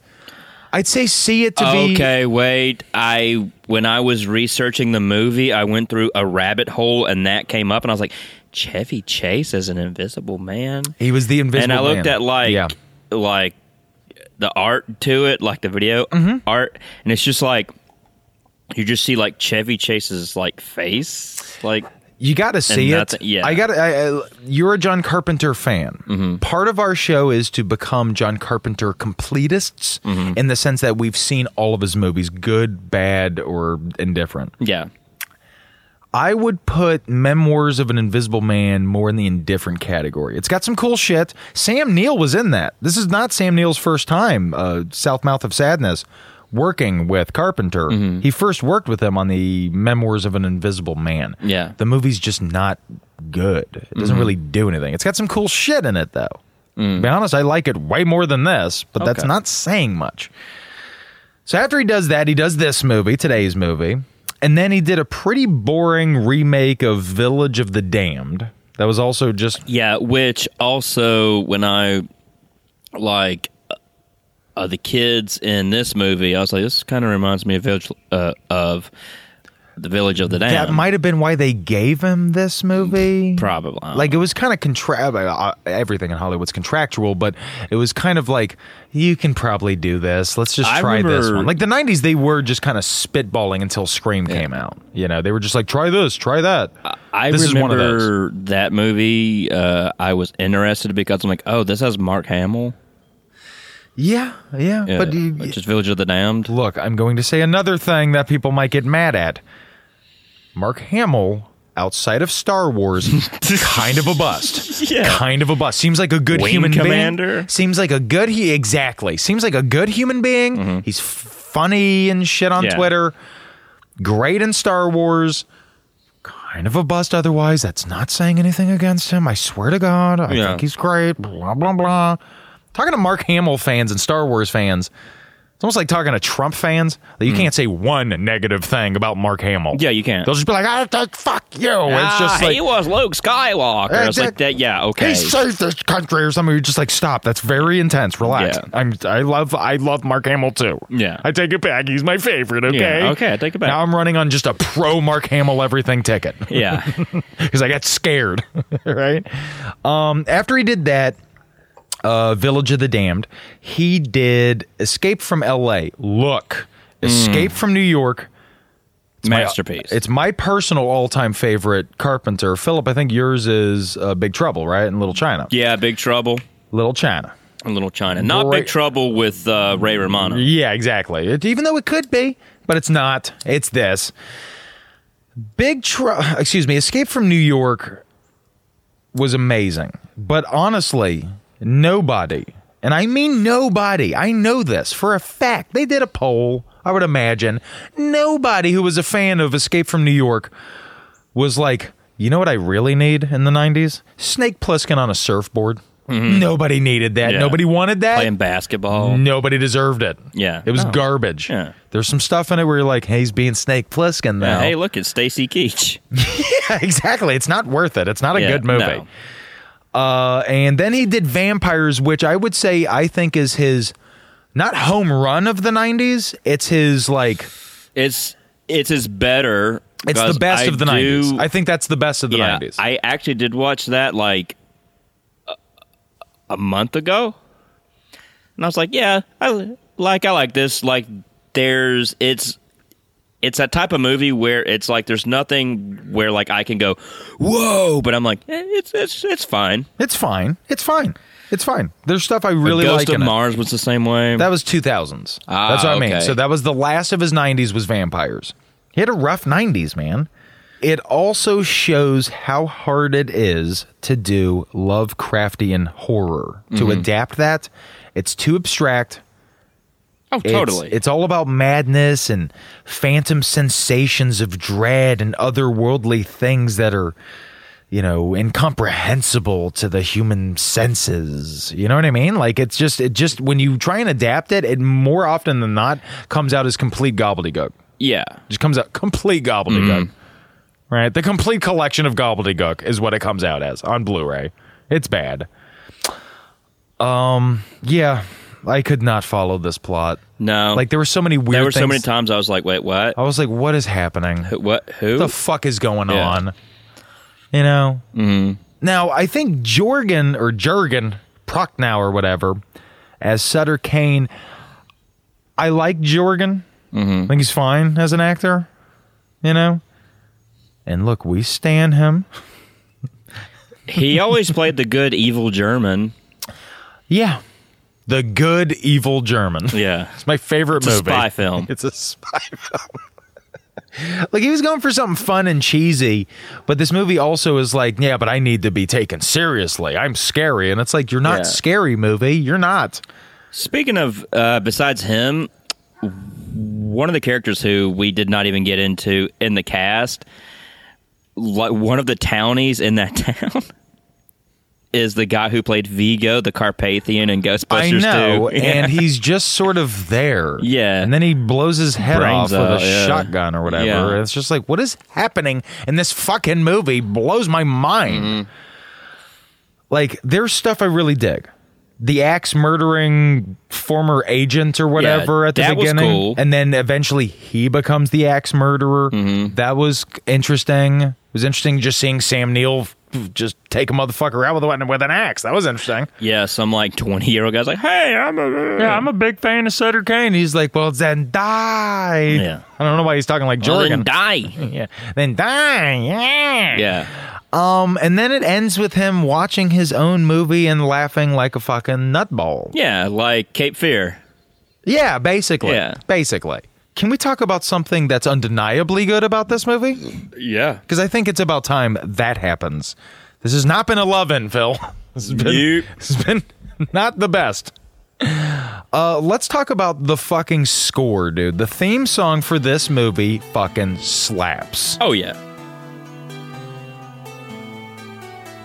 I'd say see it to be Okay, wait. I when I was researching the movie, I went through a rabbit hole and that came up and I was like, Chevy Chase is an invisible man. He was the invisible and I looked Man. at like Yeah. like the art to it, like the video Mm-hmm. art, and it's just like you just see like Chevy Chase's like face. Like You got to see it. nothing- yeah. I got. I, I, you're a John Carpenter fan. Part of our show is to become John Carpenter completists in the sense that we've seen all of his movies, good, bad, or indifferent. yeah. I would put Memoirs of an Invisible Man more in the indifferent category. It's got some cool shit. Sam Neill was in that. This is not Sam Neill's first time, uh, South Mouth of Sadness, working with Carpenter. Mm-hmm. He first worked with him on the Memoirs of an Invisible Man. Yeah. Mm-hmm. The movie's just not good. It doesn't really do anything. It's got some cool shit in it, though. To be honest, I like it way more than this, but that's Mm. Okay. not saying much. So after he does that, he does this movie, today's movie, and then he did a pretty boring remake of Village of the Damned. That was also just Yeah, which also when I like uh, the kids in this movie, I was like, this kind of reminds me of village, uh, of the Village of the Damned. That might have been why they gave him this movie. probably I don't Like it was kind of contract. uh, Everything in Hollywood's contractual, but it was kind of like you can probably do this. Let's just I try this remember- one. Like the '90s, they were just kind of spitballing until Scream came out. You know, they were just like, try this, try that. Uh, I this is one of remember those. that movie. Uh, I was interested because I'm like, oh, this has Mark Hamill, Yeah, yeah. uh, but you, which is Village of the Damned. look, I'm going to say another thing that people might get mad at. Mark Hamill, outside of Star Wars, kind of a bust. Yeah. Kind of a bust. Seems like a good Wing human commander? being. Seems like a good he exactly. Seems like a good human being. He's f- funny and shit on Mm-hmm. Yeah. Twitter. Great in Star Wars. Kind of a bust otherwise. That's not saying anything against him. I swear to God. I Yeah. think he's great. Blah blah blah. Talking to Mark Hamill fans and Star Wars fans, it's almost like talking to Trump fans. That you can't say one negative thing about Mark Hamill. Mm. Yeah, you can't. They'll just be like, "Ah, th- "Fuck you!" it's just Ah, like he was Luke Skywalker. Eh, it's like that. Yeah, okay. He saved this country or something. You're just like, stop. That's very intense. Relax. Yeah. I'm. I love. I love Mark Hamill too. Yeah. I take it back. He's my favorite. Okay. Yeah, okay, I take it back. Now I'm running on just a pro Mark Hamill everything ticket yeah, because I got scared. right. Um. After he did that. Uh, Village of the Damned. He did Escape from L.A. Look, Mm. Escape from New York. my- uh, masterpiece. it's my personal all-time favorite Carpenter. Philip, I think yours is uh, Big Trouble, right? And Little China. yeah, Big Trouble Little China. and Little China. Not Great. Big Trouble with uh, Ray Romano. Yeah, exactly. It, even though it could be, but it's not. It's this. Big Trouble, excuse me, Escape from New York was amazing. But honestly, nobody, and I mean nobody, I know this for a fact. They did a poll, I would imagine. Nobody who was a fan of Escape from New York was like, you know what I really need in the 90s? Snake Plissken on a surfboard. Nobody needed that. Mm-hmm. Yeah. Nobody wanted that. Playing basketball. Nobody deserved it. Yeah. It was No. garbage. Yeah. There's some stuff in it where you're like, hey, he's being Snake Plissken now. Uh, hey, look, it's Stacy Keach. exactly. It's not worth it. It's not a Yeah, good movie. no. Uh, and then he did Vampires, which I would say I think is his not home run of the 90s. It's his like, It's it's as better. it's because the best I of the do- 90s. I think that's the best of the yeah, 90s. I actually did watch that like a, a month ago, and I was like, yeah, I like I like this. Like, there's it's it's that type of movie where it's like there's nothing where like I can go, whoa, but I'm like, eh, it's it's it's fine. it's fine. It's fine. It's fine. There's stuff I really Ghost like of in it. Mars was the same way. That was 2000s. Ah, That's what I mean. okay. So that was the last of his 90s was vampires. He had a rough 90s, man. It also shows how hard it is to do Lovecraftian horror. To Mm-hmm. adapt that, it's too abstract. oh, It's- totally. It's, all about madness and phantom sensations of dread and otherworldly things that are, you know, incomprehensible to the human senses. You know what I mean? Like it's just it just when you try and adapt it, it more often than not comes out as complete gobbledygook. yeah, Just comes out complete gobbledygook. Right? The complete collection of gobbledygook is what it comes out as on Blu-ray. It's bad. Um yeah, I could not follow this plot. no, Like there were so many weird. there were things. so many times I was like, wait, what? I was like, "What is happening? What What? Who? the fuck is going Yeah. on?" You know. Mm-hmm. Now I think Jorgen or Jurgen Prochnow or whatever, as Sutter Kane. I like Jorgen. Mm-hmm. I think he's fine as an actor. You know. And look, we stan him. he always played the good evil German. Yeah. The good evil German. Yeah. It's my favorite a movie. spy film. It's a spy film. like he was going for something fun and cheesy, but this movie also is like, yeah, but I need to be taken seriously. I'm scary, and it's like you're not Yeah. scary movie. You're not. Speaking of, uh, besides him, one of the characters who we did not even get into in the cast, like one of the townies in that town, is the guy who played Vigo, the Carpathian, in Ghostbusters I know, 2. and he's just sort of there. Yeah. and then he blows his head Brains off out, with a yeah. shotgun or whatever. Yeah. And It's just like, what is happening in this fucking Mm-hmm. movie? Blows my mind. Like there's stuff I really dig. the axe murdering former agent or whatever at the that was beginning, cool. and then eventually he becomes the axe murderer. Mm-hmm. That was interesting. It was interesting just seeing Sam Neill f- just take a motherfucker out with, a- with an axe. That was interesting. Yeah, some like twenty year old guy's like, "Hey, I'm a Yeah, I'm a big fan of Sutter Kane. He's like, well, then die. Yeah. I don't know why he's talking like well, Jordan. then die." yeah. Then die. Yeah. Yeah, Um, and then it ends with him watching his own movie and laughing like a fucking nutball. yeah, like Cape Fear. Yeah, basically. Yeah. Basically. Can we talk about something that's undeniably good about this movie? Yeah, Because I think it's about time that happens. This has not been a love in, Phil. This has been, Nope. this has been not the best. Uh, let's talk about the fucking score, dude. The theme song for this movie fucking slaps. Oh yeah.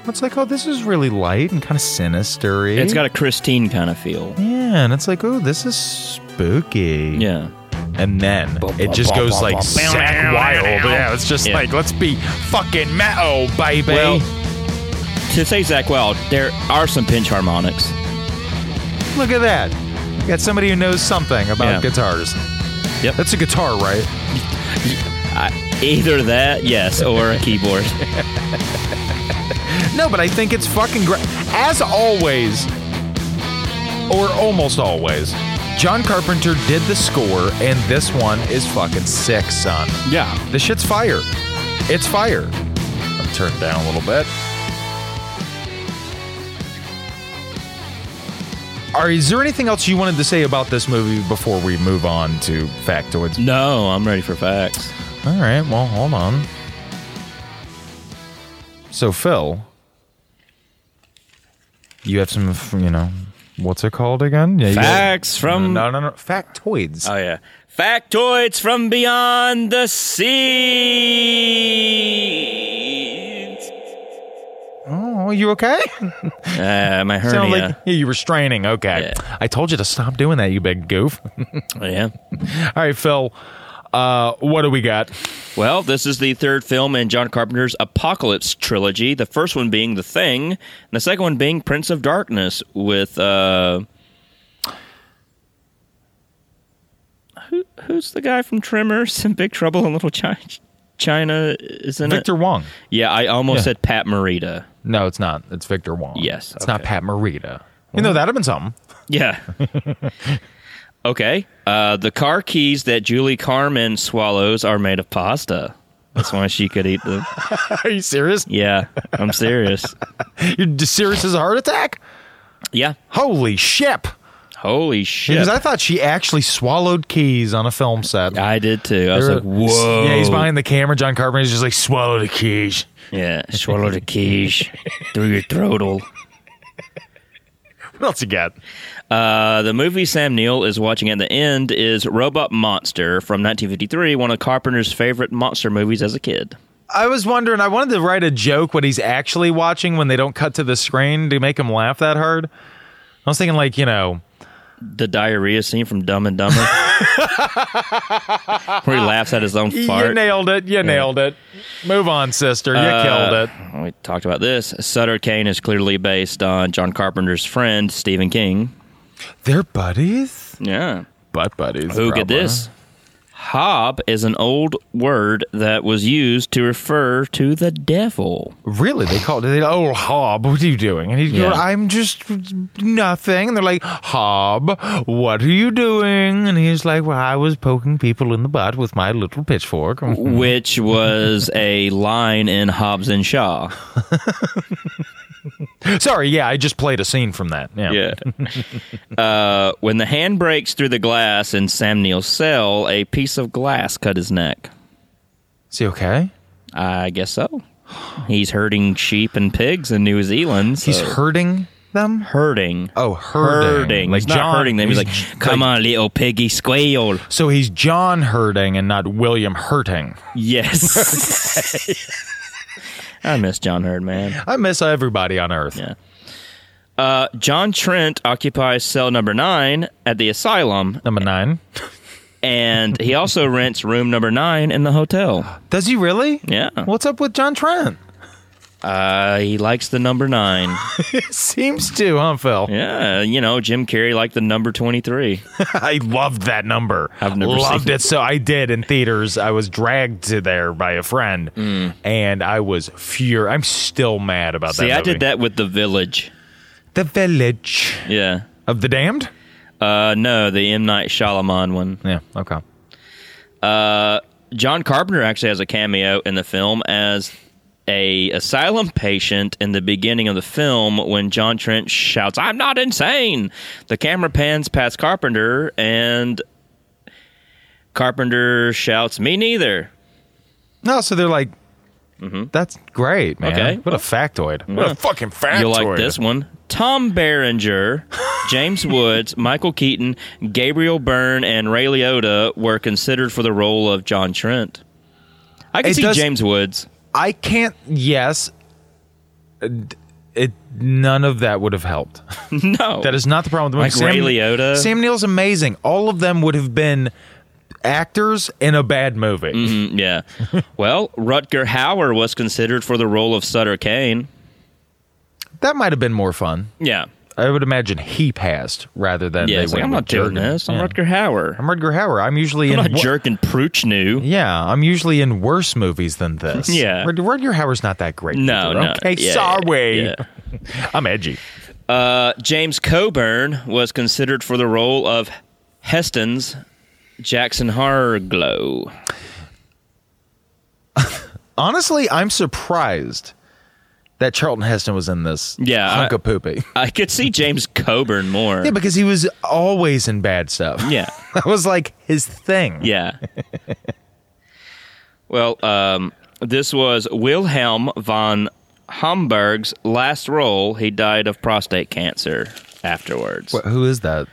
It's like, oh, this is really light and kind of sinister. It's got a Christine kind of feel. yeah, and it's like, oh, this is spooky. Yeah. and then it just goes like Zach Wild. Yeah, it's just Yeah. like let's be fucking metal, baby. Well, to say Zach Wild, there are some pinch harmonics. look at that. You got somebody who knows something about Yeah. guitars. Yep. that's a guitar, right? I, either that, yes, or a keyboard. No, but I think it's fucking great. As always, or almost always, John Carpenter did the score, and this one is fucking sick, son. yeah. This shit's fire. It's fire. I'm turned down a little bit. Are, is there anything else you wanted to say about this movie before we move on to factoids? No, I'm ready for facts. All right, well, hold on. So, Phil, you have some, you know, what's it called again? Yeah, you got- Facts from. No, no, no. Factoids. Oh, yeah. Factoids from beyond the scenes. oh, are you okay? Uh, my Sound like hernia. yeah, you were straining. Okay, Yeah. I told you to stop doing that, you big goof. All yeah. right, Phil. Uh, what do we got? Well, this is the third film in John Carpenter's Apocalypse trilogy. The first one being The Thing, and the second one being Prince of Darkness with uh, who, who's the guy from Tremors and Big Trouble in Little China? China is in Victor it. Wong. Yeah, I almost Yeah. said Pat Morita. No, it's not. It's Victor Wong. Yes, it's not okay. Pat Morita. You know that'd have been something. Yeah. okay. Uh, the car keys that Julie Carmen swallows are made of pasta. That's why she could eat them. Are you serious? Yeah, I'm serious. You're d- serious as a heart attack? Yeah. Holy ship! Holy shit. Because I thought she actually swallowed keys on a film set. I did too. I was They're- like, whoa. Yeah, he's behind the camera. John Carpenter's just like swallow the keys. Yeah, swallow the quiche through your throatle. What else you got? Uh, the movie Sam Neill is watching at the end is Robot Monster from 1953, one of Carpenter's favorite monster movies as a kid. I was wondering. I wanted to write a joke what he's actually watching when they don't cut to the screen to make him laugh that hard. I was thinking, like, you know, The diarrhea scene from Dumb and Dumber, where he laughs at his own you fart. nailed it. You nailed it. Move on, sister. You killed it. Uh, We talked about this. Sutter Kane is clearly based on John Carpenter's friend Stephen King. They're buddies. Yeah. Butt buddies. Who get this? Hob is an old word that was used to refer to the devil. Really? They called it. Oh, Hob, what are you doing? And he'd go, Yeah. I'm just nothing. And they're like, Hob, what are you doing? And he's like, Well, I was poking people in the butt with my little pitchfork. Which was a line in Hobbs and Shaw. Sorry, yeah, I just played a scene from that. Yeah. uh, when the hand breaks through the glass in Sam Neill's cell, a piece of glass cut his neck. Is he okay? I guess so. He's herding sheep and pigs in New Zealand. He's so- hurting them? herding. Oh, herding. Like he's not Uh, herding them. He's, like, come on, little piggy, squeal. So he's John herding and not William hurting. Yes. I miss John Hurd, man. I miss everybody on Earth. Yeah. Uh, John Trent occupies cell number nine at the asylum, Number nine. and he also rents room number nine in the hotel. Does he really? Yeah. What's up with John Trent? Uh, he likes the number nine. Seems to, huh, Phil? yeah, you know, Jim Carrey liked the number 23. I loved that number. I've never loved seen it. So I did in theaters. I was dragged to there by a friend, and I was furious. I'm still mad about that. Mm. See, I movie. did that with The Village. The Village Yeah. of the Damned. Uh, no, the M. Night Shyamalan one. Yeah. Okay. John Carpenter actually has a cameo in the film as a asylum patient in the beginning of the film when John Trent shouts, "I'm not insane." The camera pans past Carpenter and Carpenter shouts, "Me neither." No, so they're like, that's great, man. Mm-hmm. Okay. What a factoid. What a fucking factoid. You'll like this one. Tom Berenger, James Woods, Michael Keaton, Gabriel Byrne, and Ray Liotta were considered for the role of John Trent. I can It see does- James Woods. I can't. Yes. It, it- none of that would have helped. No, That is not the problem with the Like movie. Ray Liotta? Sam Neill's amazing. All of them would have been actors in a bad movie. Mm, yeah. well, Rutger Hauer was considered for the role of Sutter Kane. That might have been more fun. Yeah. I would imagine he passed rather than Yeah. they it's went like, I'm with not doing Jurgen. this. I'm Yeah. Rutger Hauer. I'm Rutger Hauer. I'm usually I'm in not wo- jerking Pruchnew. Yeah, I'm usually in worse movies than this. Yeah. Rut- Rutger Hauer's not that great. No, either. no. Okay, Yeah, sorry. yeah, I'm edgy. Uh, James Coburn was considered for the role of Heston's Jackson Harglow. Honestly, I'm surprised that Charlton Heston was in this Yeah, hunk I- of poopy. I could see James Coburn more. Yeah, because he was always in bad stuff. yeah. That was like his thing. Yeah. well, um, this was Wilhelm von Homburg's last role. He died of prostate cancer afterwards. Wh- Who is that?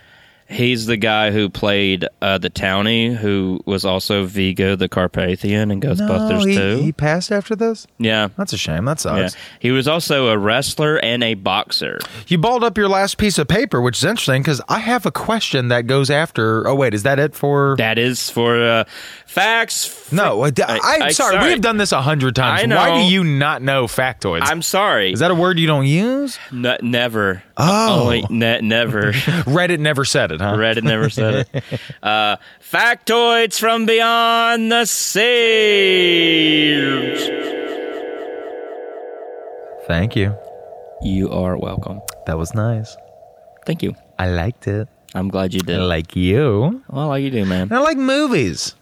He's the guy who played uh, the townie, who was also Vigo the Carpathian in Ghostbusters he, 2. he passed after this? yeah. That's a shame. That Yeah. sucks. He was also a wrestler and a boxer. You balled up your last piece of paper, which is interesting because I have a question that goes after. Oh, wait, is that it for. That is for uh, facts. no, I, I, am I- sorry. sorry. We have done this a hundred times. I know. Why do you not know factoids? I'm sorry. is that a word you don't use? Ne- never. Oh. Only ne- never. Reddit never said it, huh? Reddit never said it. Uh, factoids from beyond the seas. Thank you. You are welcome. That was nice. Thank you. I liked it. I'm glad you did. like you. Well, I like you do, man. And I like movies.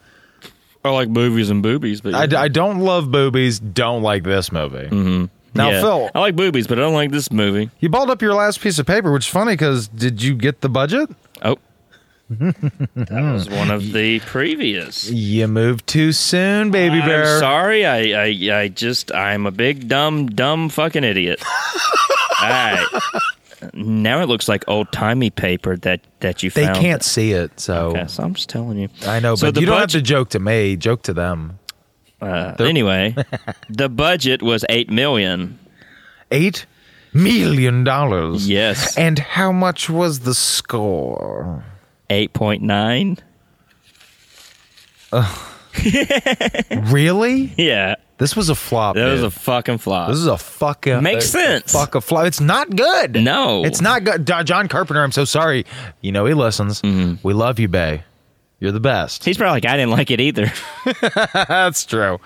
I like movies and boobies, but I, I don't love boobies. Don't like this movie. Mm-hmm. Now, Phil, I like boobies, but I don't like this movie. you balled up your last piece of paper, which is funny because did you get the budget? Oh. that was one of the previous. You moved too soon, baby bear. I'm sorry. I, I I just I'm a big dumb dumb fucking idiot. All right. Now it looks like old timey paper that that you They found. can't see it, so Okay, so I'm just telling you. I know. But So the you don't have budget- to joke to me. Joke to them. Uh, anyway, the budget was eight million. Eight million dollars. Yes, And how much was the score? eight point nine. Really? Yeah, This was a flop. that was dude. a fucking flop. This is a fucking Makes a sense. Fuck a flop. It's not good. No. it's not good. Do- John Carpenter. I'm so sorry. You know he listens. Mm-hmm. We love you, Bay. You're the best. He's probably like, I didn't like it either. That's true.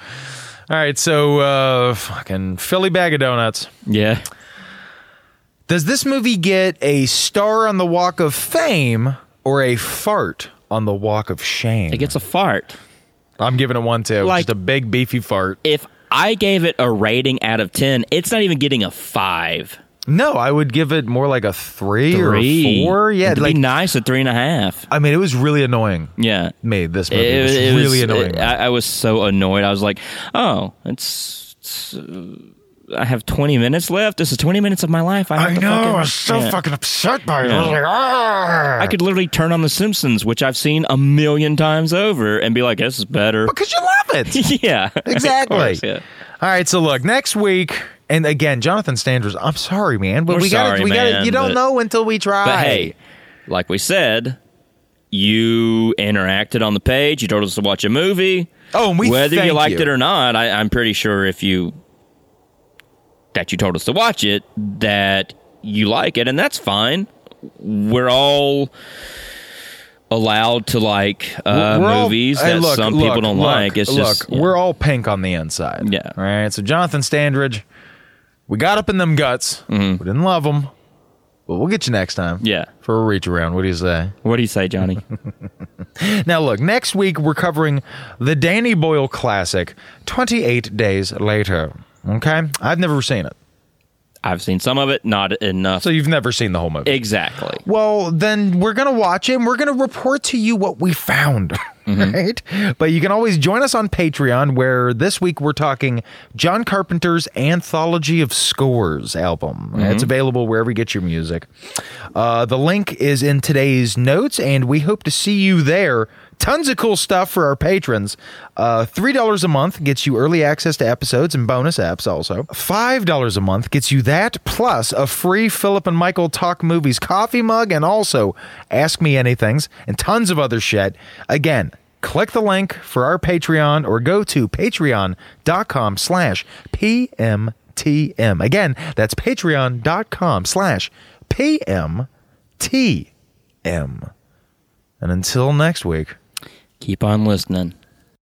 All right, so uh, fucking Philly bag of donuts. yeah, Does this movie get a star on the Walk of Fame or a fart on the Walk of Shame? it gets a fart. I'm giving it one too. Like- just a big beefy fart. If I gave it a rating out of ten, it's not even getting a five. No, I would give it more like a three, Three, or four. Yeah, It'd like be nice at three and a half. I mean, it was really annoying. Yeah, Me, this movie it, was it really was- annoying. it- I, I was so annoyed. I was like, "Oh, it's, it's, uh, I have 20 minutes left. This is 20 minutes of my life. I, have to Fucking, yeah. fucking upset by it. I was Yeah. like, ah! I could literally turn on The Simpsons, which I've seen a million times over, and be like, "This is better." because you love it. yeah, Exactly. Of course, yeah. All right, so look, next week, and again, Jonathan Standers, I'm sorry, man, but We're we got sorry, to we got to man, you don't but- know until we try. But hey, like we said, you interacted on the page. You told us to watch a movie. Oh, and we whether thank you liked you. it or not, I, I'm pretty sure if you that you told us to watch it that you like it, and that's fine. We're all allowed to like uh, We're all- movies hey, that look, some people look, don't look, like. It's look, just we're all pink on the inside. Yeah. All right. So Jonathan Standridge, we got up in them guts. We didn't love them, but we'll get you next time. Mm-hmm. Yeah. For a reach around. What do you say? What do you say, Johnny? Now look, next week we're covering the Danny Boyle classic, 28 Days Later. Okay. I've never seen it. I've seen some of it, not enough. So you've never seen the whole movie. exactly. Well, then we're going to watch it and we're going to report to you what we found. Right? But you can always join us on Patreon, where this week we're talking John Carpenter's Anthology of Scores album. It's available wherever you get your music. Uh, the link is in today's notes, and we hope to see you there. Tons of cool stuff for our patrons. Uh, $3 a month gets you early access to episodes and bonus apps also. $5 a month gets you that plus a free Philip and Michael Talk Movies coffee mug and also Ask Me Anythings and tons of other shit. Again, click the link for our Patreon or go to patreon.com slash PMTM. Again, that's patreon.com slash PMTM. And until next week. Keep on listening.